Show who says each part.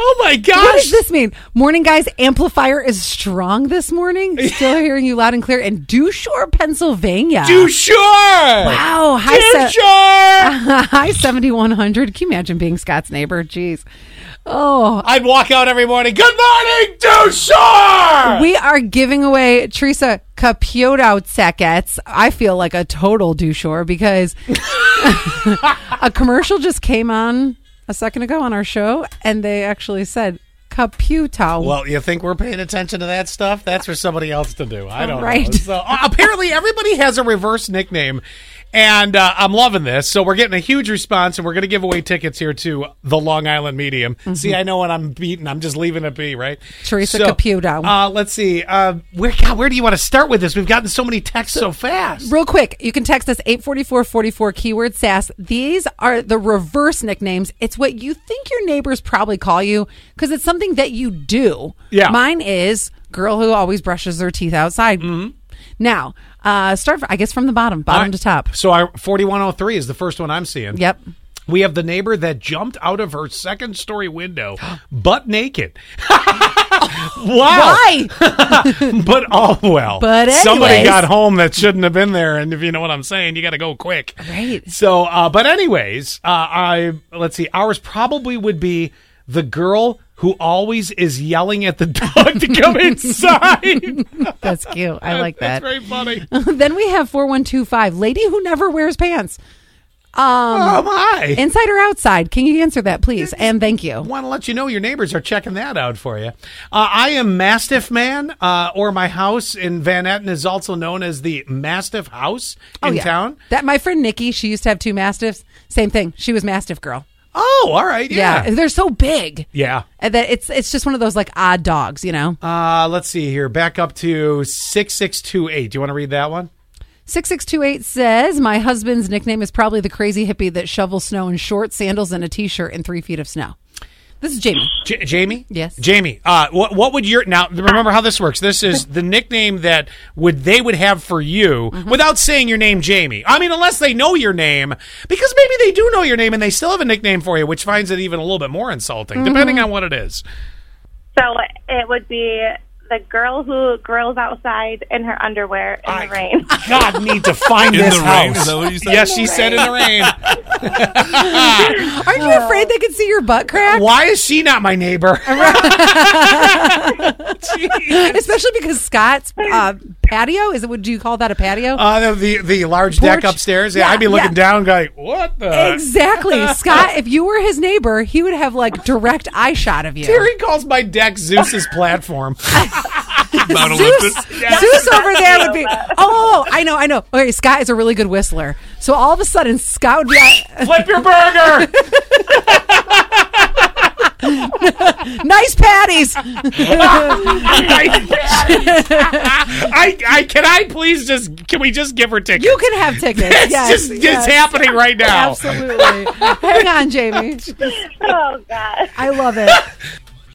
Speaker 1: oh my
Speaker 2: What does
Speaker 1: gosh!
Speaker 2: this mean? Morning, guys. Amplifier is strong this morning. Still hearing you loud and clear in Dushore, Pennsylvania.
Speaker 1: Too sure.
Speaker 2: Wow. Uh-huh. Hi,
Speaker 1: Too
Speaker 2: se-
Speaker 1: sure.
Speaker 2: hi, 7100. Can you imagine being Scott's neighbor? Jeez. Oh,
Speaker 1: I'd walk out every morning. Good morning, too sure.
Speaker 2: we are giving away Teresa Kapiotow-Sekets. I feel like a total doucheur because a commercial just came on a second ago on our show, and they actually said Kaputow.
Speaker 1: well, you think we're paying attention to that stuff? That's for somebody else to do. I don't know.
Speaker 2: Right.
Speaker 1: So uh, apparently, everybody has a reverse nickname, and uh, I'm loving this. So we're getting a huge response, and we're going to give away tickets here to the Long Island Medium. See, I know when I'm beaten, I'm just leaving it be, right?
Speaker 2: Mm-hmm. Teresa
Speaker 1: so,
Speaker 2: Caputo.
Speaker 1: Uh, let's see. Uh, where God, where do you want to start with this? We've gotten so many texts so fast.
Speaker 2: Real quick, you can text us 84444 keyword sass. These are the reverse nicknames. It's what you think your neighbors probably call you because it's something that you do.
Speaker 1: Yeah.
Speaker 2: Mine is girl who always brushes her teeth outside.
Speaker 1: Mm-hmm.
Speaker 2: Now, uh, start, I guess, from the bottom, bottom to top.
Speaker 1: So our 4103 is the first one I'm seeing.
Speaker 2: Yep.
Speaker 1: We have the neighbor that jumped out of her second story window, butt naked. wow.
Speaker 2: Why?
Speaker 1: But oh well.
Speaker 2: But
Speaker 1: somebody
Speaker 2: anyways.
Speaker 1: got home that shouldn't have been there, and if you know what I'm saying, you got to go quick.
Speaker 2: Right.
Speaker 1: So, uh, but anyways, uh, I let's see. Ours probably would be the girl who always is yelling at the dog to come inside.
Speaker 2: That's cute. I like
Speaker 1: That's
Speaker 2: that.
Speaker 1: very funny.
Speaker 2: then we have 4125, lady who never wears pants. Um,
Speaker 1: oh my!
Speaker 2: Inside or outside? Can you answer that, please? And thank you.
Speaker 1: want to let you know your neighbors are checking that out for you. Uh, I am Mastiff Man, uh, or my house in Van Etten is also known as the Mastiff House
Speaker 2: Oh,
Speaker 1: in town.
Speaker 2: That my friend Nikki, she used to have two mastiffs. Same thing. She was mastiff girl.
Speaker 1: Oh, all right,
Speaker 2: Yeah,
Speaker 1: yeah,
Speaker 2: they're so big.
Speaker 1: yeah.
Speaker 2: And that it's it's just one of those like odd dogs, you know.
Speaker 1: Uh, let's see here. Back up to six six two eight. Do you want to read that one?
Speaker 2: Six six two eight says my husband's nickname is probably the crazy hippie that shovels snow in shorts, sandals, and a t-shirt in three feet of snow. This is Jamie.
Speaker 1: J- Jamie?
Speaker 2: Yes.
Speaker 1: Jamie, uh, what, what would your, now remember how this works. This is the nickname that would, they would have for you
Speaker 2: Mm-hmm.
Speaker 1: without saying your name, Jamie. I mean, unless they know your name, because maybe they do know your name and they still have a nickname for you, which finds it even a little bit more insulting,
Speaker 2: Mm-hmm.
Speaker 1: depending on what it is.
Speaker 3: So it would be the girl who grills outside in her underwear in the rain.
Speaker 1: God, need to find
Speaker 4: In
Speaker 1: this
Speaker 4: the rain,
Speaker 1: house.
Speaker 4: is that what you said?
Speaker 1: Yes, she said in the rain.
Speaker 2: Aren't you afraid they could see your butt crack?
Speaker 1: Why is she not my neighbor? Jeez.
Speaker 2: Especially because Scott's uh, patio is it? Would do you call that a patio?
Speaker 1: Uh, the the large deck
Speaker 2: Porch.
Speaker 1: upstairs. Yeah,
Speaker 2: Yeah,
Speaker 1: I'd be looking
Speaker 2: yeah.
Speaker 1: down, going, "What the?"
Speaker 2: exactly, Scott. If you were his neighbor, he would have like direct eye shot of you.
Speaker 1: Terry calls my deck Zeus's platform.
Speaker 4: Mount
Speaker 2: Zeus,
Speaker 4: Olympus.
Speaker 2: Zeus over there would be. Oh, I know, I know. Okay, Scott is a really good whistler. So all of a sudden, Scott would be.
Speaker 1: Flip your burger.
Speaker 2: nice patties.
Speaker 1: I, I can I please just can we just give her tickets?
Speaker 2: You can have tickets.
Speaker 1: it's
Speaker 2: yes,
Speaker 1: just
Speaker 2: yes,
Speaker 1: it's happening right now.
Speaker 2: Absolutely. Hang on, Jamie.
Speaker 3: oh, God.
Speaker 2: I love it.